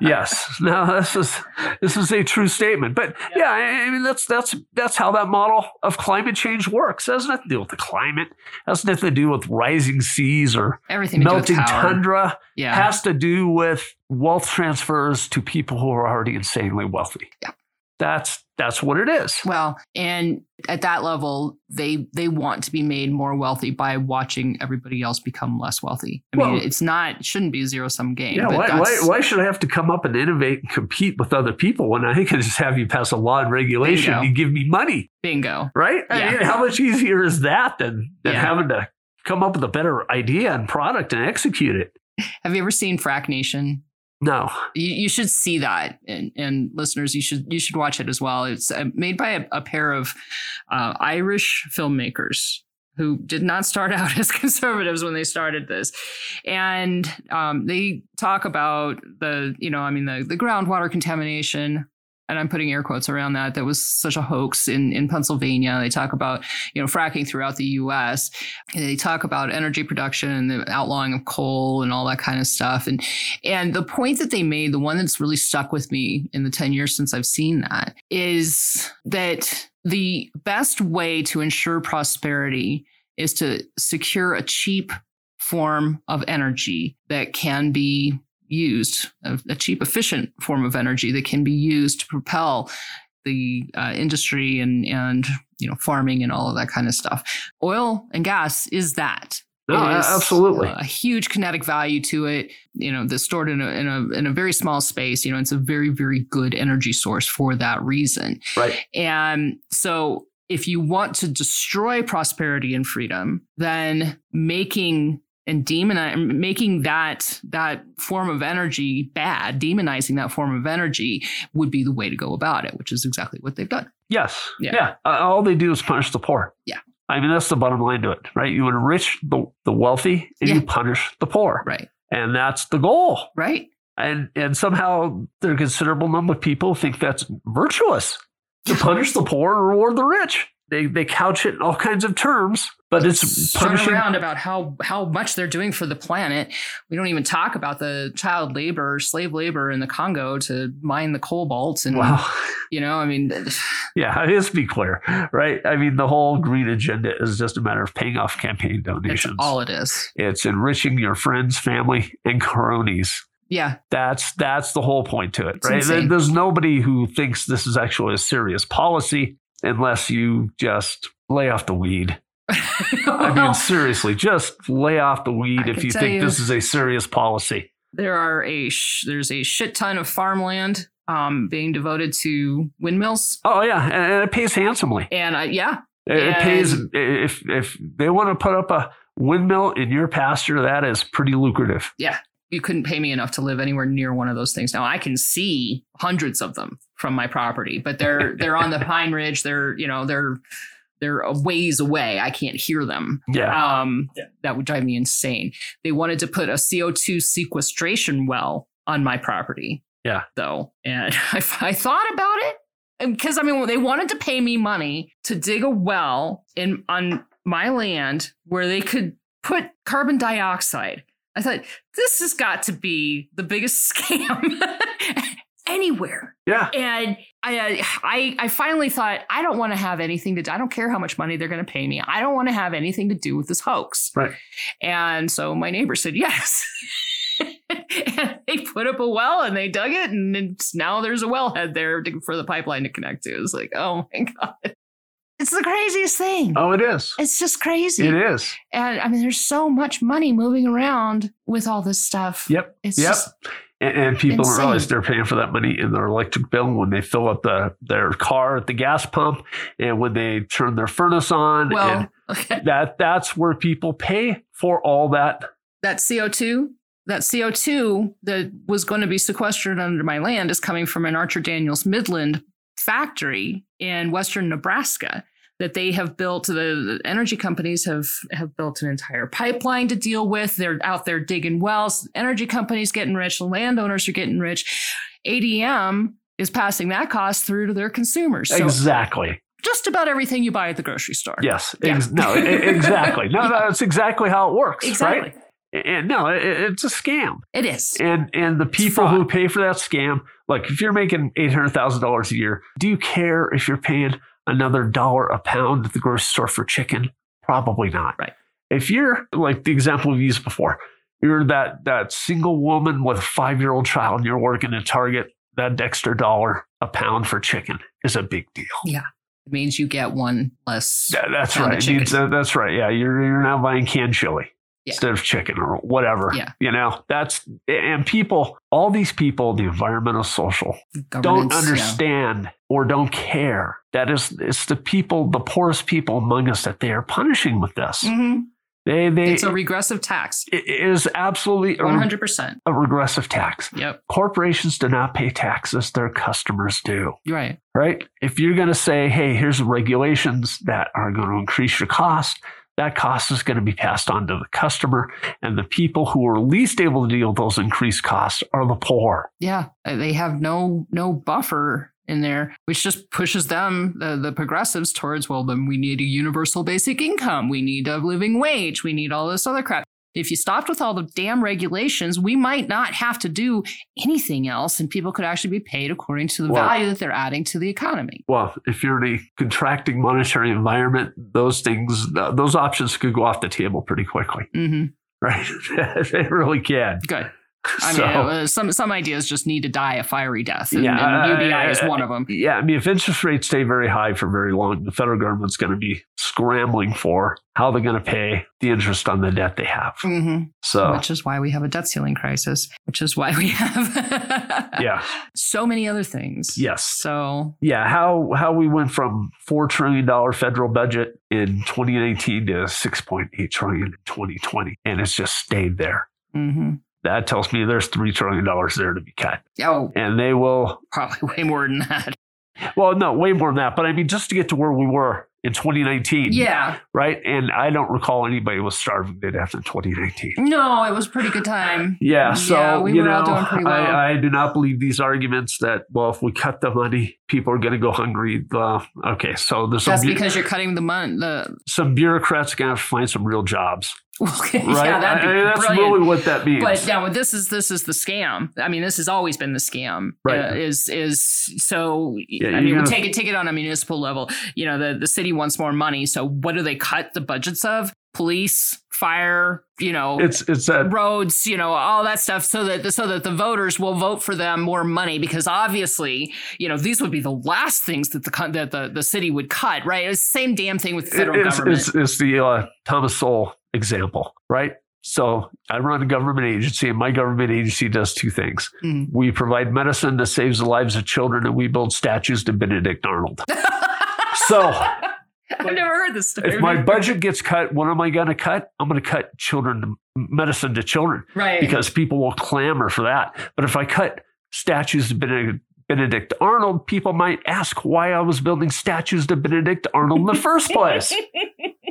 yes. Now this is this is a true statement. But yeah, I I mean that's that's that's how that model of climate change works. It has nothing to do with the climate. It has nothing to do with rising seas or Everything to do with melting power. tundra. It Yeah. Has to do with wealth transfers to people who are already insanely wealthy. Yeah. That's that's what it is. Well, and at that level, they they want to be made more wealthy by watching everybody else become less wealthy. I mean, Well- it's not it shouldn't be a zero sum game. Yeah, but why, why, that's- why should I have to come up and innovate and compete with other people when I can just have you pass a law and regulation There you go. and give me money? bingo? right? I Yeah. mean, how much easier is that than, than Yeah. having to come up with a better idea and product and execute it? Have you ever seen Frack Nation? No. You, you should see that, and, and listeners, you should you should watch it as well. It's uh, made by a, a pair of uh, Irish filmmakers who did not start out as conservatives when they started this, and um, they talk about the you know I mean the the groundwater contamination. And I'm putting air quotes around that. That was such a hoax in, in Pennsylvania. They talk about, you know, fracking throughout the U.S. They talk about energy production and the outlawing of coal and all that kind of stuff. And and the point that they made, the one that's really stuck with me in the 10 years since I've seen that, is that the best way to ensure prosperity is to secure a cheap form of energy that can be used, a, a cheap, efficient form of energy that can be used to propel the uh, industry and, and you know farming and all of that kind of stuff. Oil and gas is that. No, It a- is uh, absolutely. A huge kinetic value to it. You know, that's stored in a, in a in a very small space. You know, it's a very very good energy source for that reason. Right. And so, if you want to destroy prosperity and freedom, then making and demoni making that that form of energy bad, demonizing that form of energy would be the way to go about it, which is exactly what they've done. Yes. Yeah. Uh, all they do is punish the poor. Yeah. I mean, that's the bottom line to it, right? You enrich the, the wealthy and you Yeah. punish the poor. Right. And that's the goal. Right. And and somehow there are a considerable number of people who think that's virtuous to punish the poor and reward the rich. They they couch it in all kinds of terms, but it's turn punishing around about how how much they're doing for the planet. We don't even talk about the child labor, slave labor in the Congo to mine the cobalt, and Wow. you know, I mean, Yeah, let's be clear, right? I mean, the whole green agenda is just a matter of paying off campaign that's donations. all it is. it's enriching your friends, family, and cronies. Yeah, That's that's the whole point to it, It's right? insane. There's nobody who thinks this is actually a serious policy unless you just lay off the weed. I mean, Well, seriously, just lay off the weed Oh. I if can you tell think you- this is a serious policy. there are a sh- there's a shit ton of farmland um, being devoted to windmills, Oh yeah, and- and it pays handsomely. and I, yeah, It, it pays And- if if they want to put up a windmill in your pasture, that is pretty lucrative. you couldn't pay me enough to live anywhere near one of those things. Now I can see hundreds of them from my property, but they're they're on the Pine Ridge. They're you know they're they're a ways away. I can't hear them. Yeah. Um, that would drive me insane. They wanted to put a CO2 sequestration well on my property. Yeah. Though, and I, I thought about it because I mean they wanted to pay me money to dig a well in on my land where they could put carbon dioxide. I thought this has got to be the biggest scam anywhere. Yeah. And I, uh, I, I finally thought I don't want to have anything to. I don't care how much money they're going to pay me. I don't want to have anything to do with this hoax. Right. And so my neighbor said yes. and they put up a well and they dug it, and it's, now there's a wellhead there to, for the pipeline to connect to. It's like, oh my god, it's the craziest thing. Oh, it is. It's just crazy. It is. And I mean, there's so much money moving around with all this stuff. Yep. It's Yep. just- And, and people don't Insane. realize they're paying for that money in their electric bill when they fill up the, their car at the gas pump and when they turn their furnace on. well, and that that's where people pay for all that. that CO2, that CO2 that was going to be sequestered under my land is coming from an Archer Daniels Midland factory in western Nebraska that they have built the, the energy companies have have built an entire pipeline to deal with they're out there digging wells energy companies getting rich landowners are getting rich ADM is passing that cost through to their consumers so exactly. just about everything you buy at the grocery store. Yes. Yeah. Ex- no, e- exactly. No, no, that's exactly how it works. Exactly. Right? And no, it, it's a scam. It is. And and the people fraud. who pay for that scam, like if you're making eight hundred thousand dollars a year, do you care if you're paying another dollar a pound at the grocery store for chicken? Probably not. Right. If you're like the example we've used before, you're that that single woman with a five year old child, and you're working at Target. That extra dollar a pound for chicken is a big deal. It means you get one less. Yeah, that's Pound of right. chicken. Needs- that- that's right. Yeah, you're you're now buying canned chili Yeah. instead of chicken or whatever. Yeah. you know that's and people, all these people, the environmental social don't governance, yeah. understand or don't care. That is, it's the people, the poorest people among us that they are punishing with this. Mhm. They they It's a regressive tax. it is absolutely a, One hundred percent. a regressive tax. Yep. Corporations do not pay taxes; their customers do You're right. right? If you're going to say, hey, here's regulations that are going to increase your cost, that cost is going to be passed on to the customer. And the people who are least able to deal with those increased costs are the poor. Yeah, uh, they have no no buffer in there, which just pushes them the the progressives towards well, then we need a universal basic income, we need a living wage, we need all this other crap. If you stopped with all the damn regulations, we might not have to do anything else, and people could actually be paid according to the Well- value that they're adding to the economy. Well, if you're in a contracting monetary environment, those things, th- those options could go off the table pretty quickly, hmm right? they really can. Good. I So- mean, uh, some some ideas just need to die a fiery death, and, Yeah, uh, and UBI I- is one of them. Yeah, I mean, if interest rates stay very high for very long, the federal government's going to be scrambling for how they're going to pay the interest on the debt they have. hmm So, which is why we have a debt ceiling crisis, which is why we have yeah, so many other things. yes, So yeah. How how we went from four trillion dollar federal budget in 2019 to 6.8 trillion in 2020, and it's just stayed there. mhm. That tells me there's three trillion dollars there to be cut, oh, and they will. probably way more than that. Well, no, way more than that. But I mean, just to get to where we were in 2019, Yeah. right. And I don't recall anybody was starving to death in 2019. No, it was a pretty good time. Yeah, so Yeah, we you were know, all doing pretty well. I, I do not believe these arguments that well, if we cut the money, people are going to go hungry. Uh, okay, so there's some That's bu- because you're cutting the month. The some bureaucrats going to have to find some real jobs, okay, right? yeah, that'd be I- I mean, that's brilliant. really what that means. but now this is this is the scam. I mean, this has always been the scam. Right. Uh, is is so? Yeah, I mean, you're we gonna- take it take it on a municipal level. You know, the the city wants more money. So what do they cut the budgets of? Police, fire. You know, it's it's that roads, you know, all that stuff, so that so that the voters will vote for them more money because obviously, you know, these would be the last things that the con- that the, the city would cut, right? It's the same damn thing with the federal it's, government. it's, it's the uh, Thomas Sowell example, right? So I run a government agency, and my government agency does two things: Mhm. we provide medicine that saves the lives of children, and we build statues to Benedict Arnold. So. I've never heard this story. if my budget gets cut, what am I going to cut? I'm going to cut children to, medicine to children right, because people will clamor for that. But if I cut statues to Benedict, Benedict Arnold, people might ask why I was building statues to Benedict Arnold in the first place,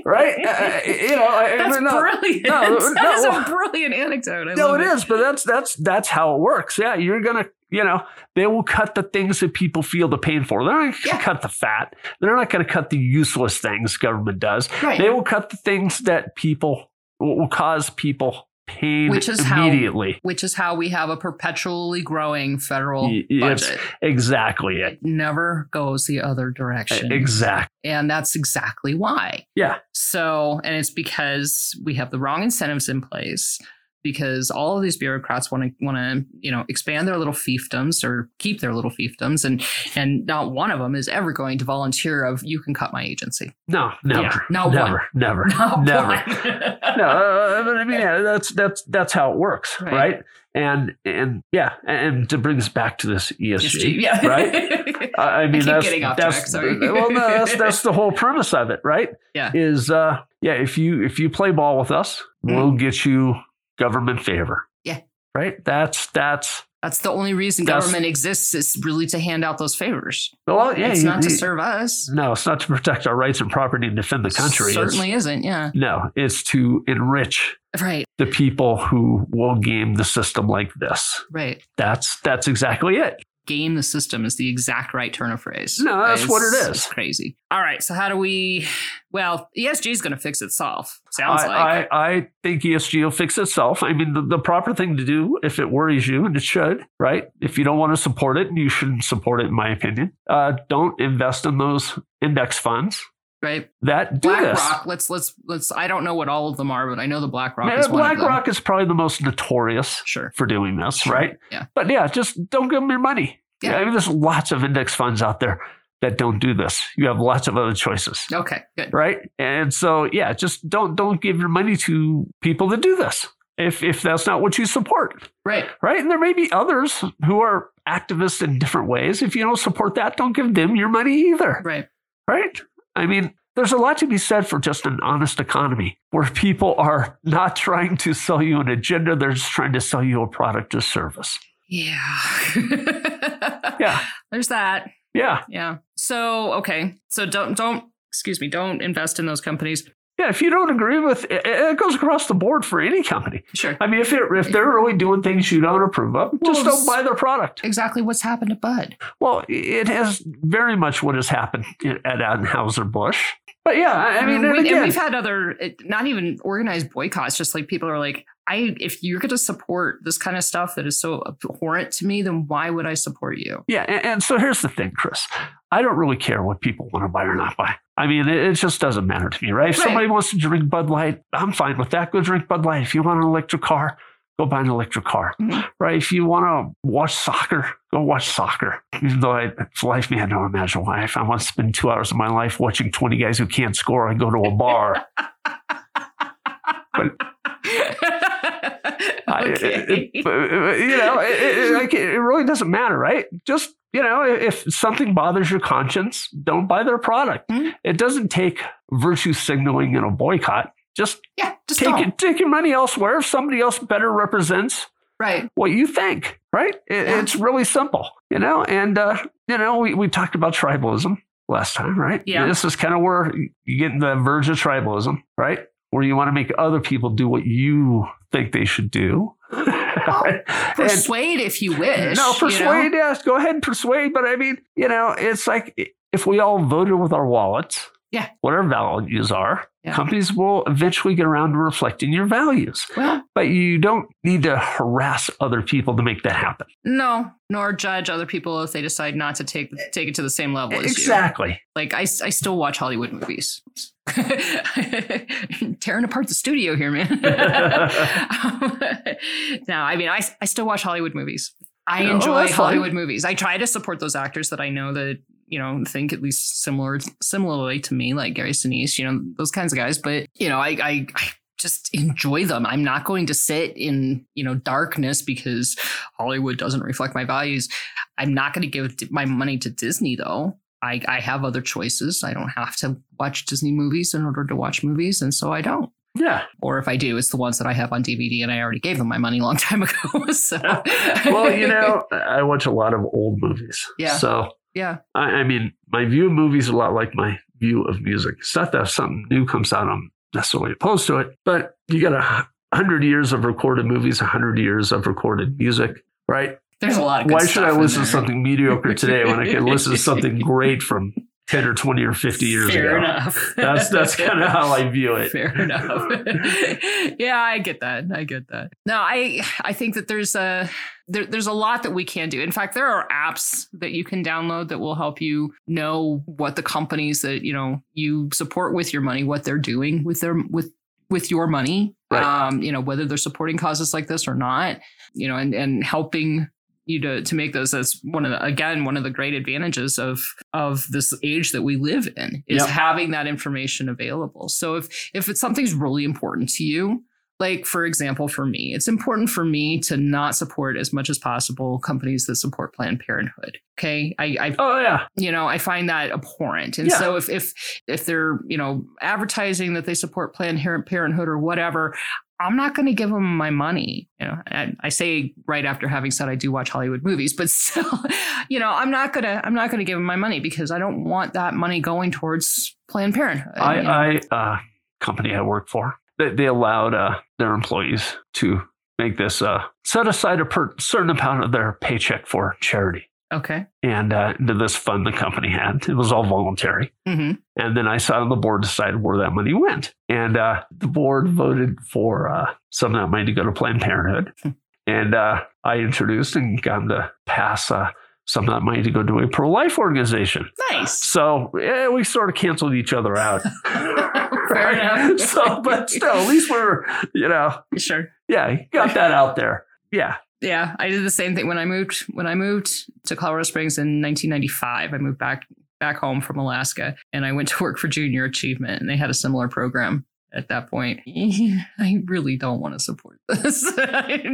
right? Uh, uh, you know, I- I that's don't know. brilliant. no, that is no. a brilliant anecdote. I No, love it is, but that's that's that's how it works. Yeah, you're gonna, you know, they will cut the things that people feel the pain for. They're not gonna Yeah. cut the fat. They're not gonna cut the useless things government does. Right. They will cut the things that people will will cause people pain Which is how- immediately. Which is how we have a perpetually growing federal Y- yes. budget. Exactly it. It never goes the other direction. Exactly. And that's exactly why. Yeah. So, and it's because we have the wrong incentives in place because all of these bureaucrats want to want to, you know, expand their little fiefdoms or keep their little fiefdoms and and not one of them is ever going to volunteer of you can cut my agency. No, never. Yeah. No one. never, never, Not never. one. no, uh, but I mean, yeah, that's that's that's how it works, right? Right. And and yeah, and to bring us back to this ESG, Yeah. right? Uh, I, I mean, keep that's, getting off that's track, sorry. well, no, that's that's the whole premise of it, right? Yeah. is uh, yeah, if you if you play ball with us, we'll get you government favor. Mm. Yeah. right. That's that's That's the only reason That's- government exists is really to hand out those favors. well, yeah, it's you- not to you- serve us. No, it's not to protect our rights and property and defend the country. It's- certainly isn't. Yeah. no, it's to enrich Right. the people who will game the system like this. Right. That's that's exactly it. game the system is the exact right turn of phrase. No, that's It's- what it is. It's crazy. All right, so how do we? Well, ESG is going to fix itself. Sounds like. I, I, I think ESG will fix itself. I mean, the, the proper thing to do, if it worries you, and it should, right? If you don't want to support it, and you shouldn't support it, in my opinion, uh, don't invest in those index funds right? that do this. BlackRock. Let's let's let's. I don't know what all of them are, but I know the BlackRock Man, is one of them. BlackRock is probably the most notorious Sure. for doing this, Sure. right? Yeah. But yeah, just don't give them your money. Yeah. I mean, there's lots of index funds out there that don't do this. You have lots of other choices. Okay. Good. right and so yeah just don't don't give your money to people that do this if if that's not what you support Right. right and there may be others who are activists in different ways if you don't support that don't give them your money either Right. right i mean there's a lot to be said for just an honest economy where people are not trying to sell you an agenda they're just trying to sell you a product or service Yeah. yeah There's that. yeah Yeah. So okay. So don't don't excuse me. Don't invest in those companies. yeah if you don't agree with it, it goes across the board for any company Sure. I mean, if it, if they're really doing things you don't approve of, Well, just don't buy their product. Exactly what's happened to Bud. Well, it has very much what has happened at Anheuser Busch. But yeah, I I mean, Mm-hmm. we, and and again, we've had other, it- not even organized boycotts. Just like people are like, I if you're going to support this kind of stuff that is so abhorrent to me, then why would I support you? yeah, and, and so here's the thing, Chris. I don't really care what people want to buy or not buy. I mean, it, it just doesn't matter to me, right? If Right. somebody wants to drink Bud Light, I'm fine with that. Go drink Bud Light. If you want an electric car, go buy an electric car, Mhm. right? If you want to watch soccer, go watch soccer. Even though I, it's life, man, I don't imagine why. If I want to spend two hours of my life watching 20 guys who can't score, I go to a bar. I- it- okay. it- but, you know, it, it- it- like, it really doesn't matter, right? Just, you know, if something bothers your conscience, don't buy their product. Mhm. It doesn't take virtue signaling in a boycott. Just yeah, just take don't. it, take your money elsewhere if somebody else better represents Right. what you think, right? It, Yeah. It's really simple, you know? And, uh, you know, we, we talked about tribalism last time, right? Yeah. This is kind of where you get in the verge of tribalism, right? Where you want to make other people do what you think they should do. And- Persuade if you wish. no, you know? persuade, yes. Go ahead and persuade. But I mean, you know, it's like i- if we all voted with our wallets, Yeah. what our values are, Yeah. companies will eventually get around to reflecting your values. Well, But you don't need to harass other people to make that happen. no, nor judge other people if they decide not to take take it to the same level as you. exactly. Like I, I still watch Hollywood movies. Tearing apart the studio here, man. Um, no, I mean I, I still watch Hollywood movies. I Oh, enjoy that's fine. Hollywood movies. I try to support those actors that I know that you know think at least similar similarly to me, like Gary Sinise. You know those kinds of guys. But you know I I, I just enjoy them. I'm not going to sit in you know darkness because Hollywood doesn't reflect my values. I'm not going to give d- my money to Disney though. I, I have other choices. I don't have to watch Disney movies in order to watch movies, and so I don't. Yeah. Or if I do, it's the ones that I have on DVD, and I already gave them my money a long time ago. so, Well, you know, I watch a lot of old movies. Yeah. So, yeah, I, I mean, my view of movies is a lot like my view of music. It's not that if something new comes out, I'm necessarily opposed to it, but you got a hundred years of recorded movies, a hundred years of recorded music, right? there's a lot. of good Why should stuff I in listen to there. something mediocre today when I can listen to something great from ten or twenty or fifty years Fair ago? enough. That's that's kind of how I view it. Fair enough. yeah, I get that. I get that. No, I I think that there's a there, there's a lot that we can do. In fact, there are apps that you can download that will help you know what the companies that you know you support with your money, what they're doing with their with with your money. Right. Um, you know whether they're supporting causes like this or not. You know, and and helping you to to make those that's one of the again one of the great advantages of of this age that we live in is Yep. having that information available so if if it's something's really important to you like for example for me it's important for me to not support as much as possible companies that support planned parenthood okay i i Oh yeah, you know i find that abhorrent and Yeah. so if if if they're you know advertising that they support planned Her- parenthood or whatever i'm not going to give them my money you know I, I say right after having said i do watch hollywood movies but still you know i'm not going to i'm not going to give them my money because i don't want that money going towards planned parenthood you know? I, I uh, company I work for, they, they allowed uh, their employees to make this uh, set aside a per- certain amount of their paycheck for charity. Okay. and uh, into this fund the company had. It was all voluntary. hmm And then I sat on the board to decide where that money went. And uh, the board voted for uh, some of that money to go to Planned Parenthood. and uh, I introduced and got them to pass uh, some of that money to go to a pro life organization. Nice. So eh, we sort of canceled each other out. Fair enough. So, but still, at least we're, you know, Sure. yeah, you got that out there. Yeah. yeah i did the same thing when i moved when i moved to colorado springs in 1995 i moved back back home from alaska and i went to work for junior achievement and they had a similar program at that point i really don't want to support this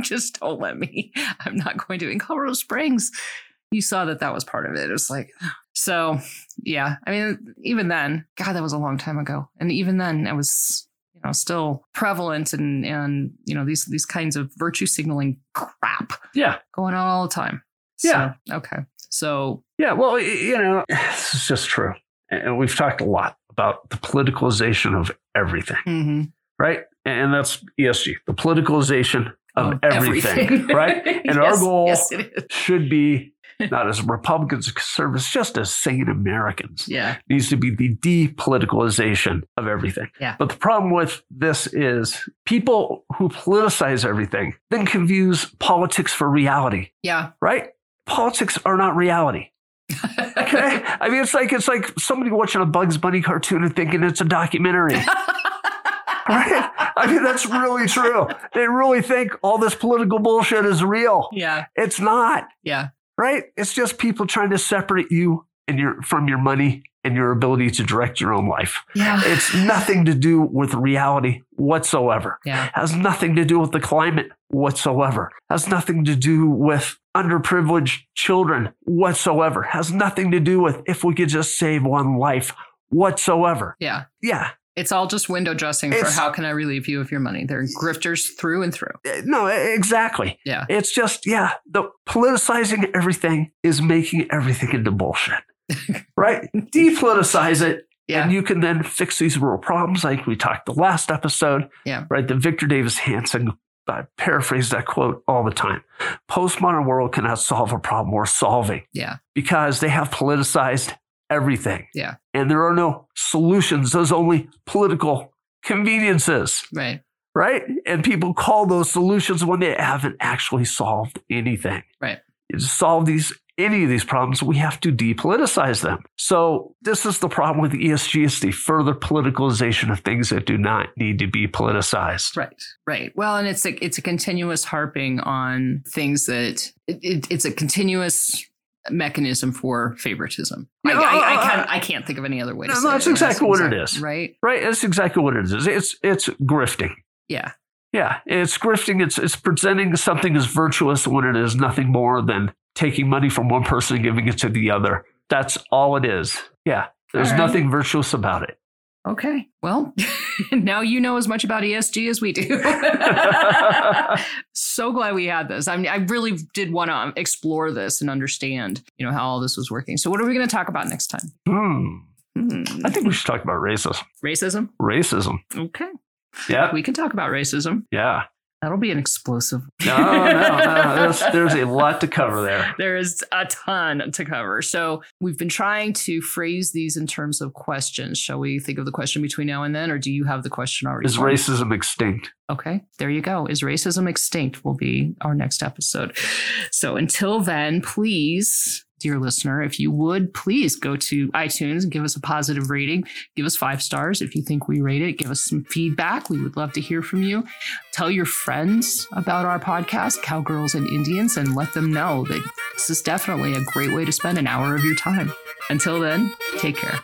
just don't let me i'm not going to in colorado springs you saw that that was part of it it was like so yeah i mean even then god that was a long time ago and even then i was you know still prevalent and and you know these these kinds of virtue signaling crap Yeah. going on all the time Yeah. So, okay so Yeah, well, y- you know, this is just true. And we've talked a lot about the politicalization of everything, mhm. right? And that's ESG, the politicalization of Oh, everything, right? And our Yes, goal- yes it is Should be not as Republicans, conservatives, just as sane Americans. yeah Needs to be the depoliticalization of everything. Yeah. But the problem with this is people who politicize everything then confuse politics for reality, yeah right? Politics are not reality. Okay. I mean, it's like it's like somebody watching a Bugs Bunny cartoon and thinking it's a documentary. Right? I mean, that's really true. They really think all this political bullshit is real. yeah It's not, yeah right? It's just people trying to separate you and your from your money and your ability to direct your own life. yeah It's nothing to do with reality whatsoever. yeah Has nothing to do with the climate whatsoever. Has nothing to do with underprivileged children whatsoever. Has nothing to do with if we could just save one life whatsoever. yeah Yeah. it's all just window dressing for It's- how can i relieve you of your money they're grifters through and through Eh, No, eh, exactly. Yeah. It's just, yeah, the politicizing everything is making everything into bullshit. right? Depoliticize it yeah And you can then fix these real problems, like we talked the last episode. Yeah. Right. The Victor Davis Hanson I paraphrase that quote all the time. Postmodern world cannot solve a problem worth solving yeah because they have politicized everything. Yeah. And there are no solutions. Those only political conveniences. right Right. And people call those solutions when they haven't actually solved anything. Right. To solve these any of these problems, we have to depoliticize them. So this is the problem with ESG, it's the further politicalization of things that do not need to be politicized. Right, right. Well, and it's a it's a continuous harping on things that it, it, it's a continuous mechanism for favoritism. I, No, I, I uh, can't I can't think of any other way. to No, say that's it. exactly what it is. Right. Right? That's exactly what it is. It's it's grifting. Yeah. Yeah. It's grifting. It's it's presenting something as virtuous when it is nothing more than taking money from one person and giving it to the other. That's all it is. Yeah. There's All right. nothing virtuous about it. Okay. Well, now you know as much about ESG as we do. so glad we had this. I mean, I really did want to um, explore this and understand, you know, how all this was working. So, what are we going to talk about next time? Hmm. Hmm. I think we should talk about racism. Racism. Racism. Okay. Yeah. We can talk about racism. Yeah. That'll be an explosive. No, Oh, no, no. There's, there's a lot to cover there. There is a ton to cover. So we've been trying to phrase these in terms of questions. Shall we think of the question between now and then, or do you have the question already? Is formed? racism extinct? Okay, there you go. Is racism extinct? Will be our next episode. So until then, please, dear listener, if you would, please go to iTunes and give us a positive rating. Give us five stars if you think we rate it. Give us some feedback. We would love to hear from you. Tell your friends about our podcast, Cowgirls and Indians, and let them know that this is definitely a great way to spend an hour of your time. Until then, take care.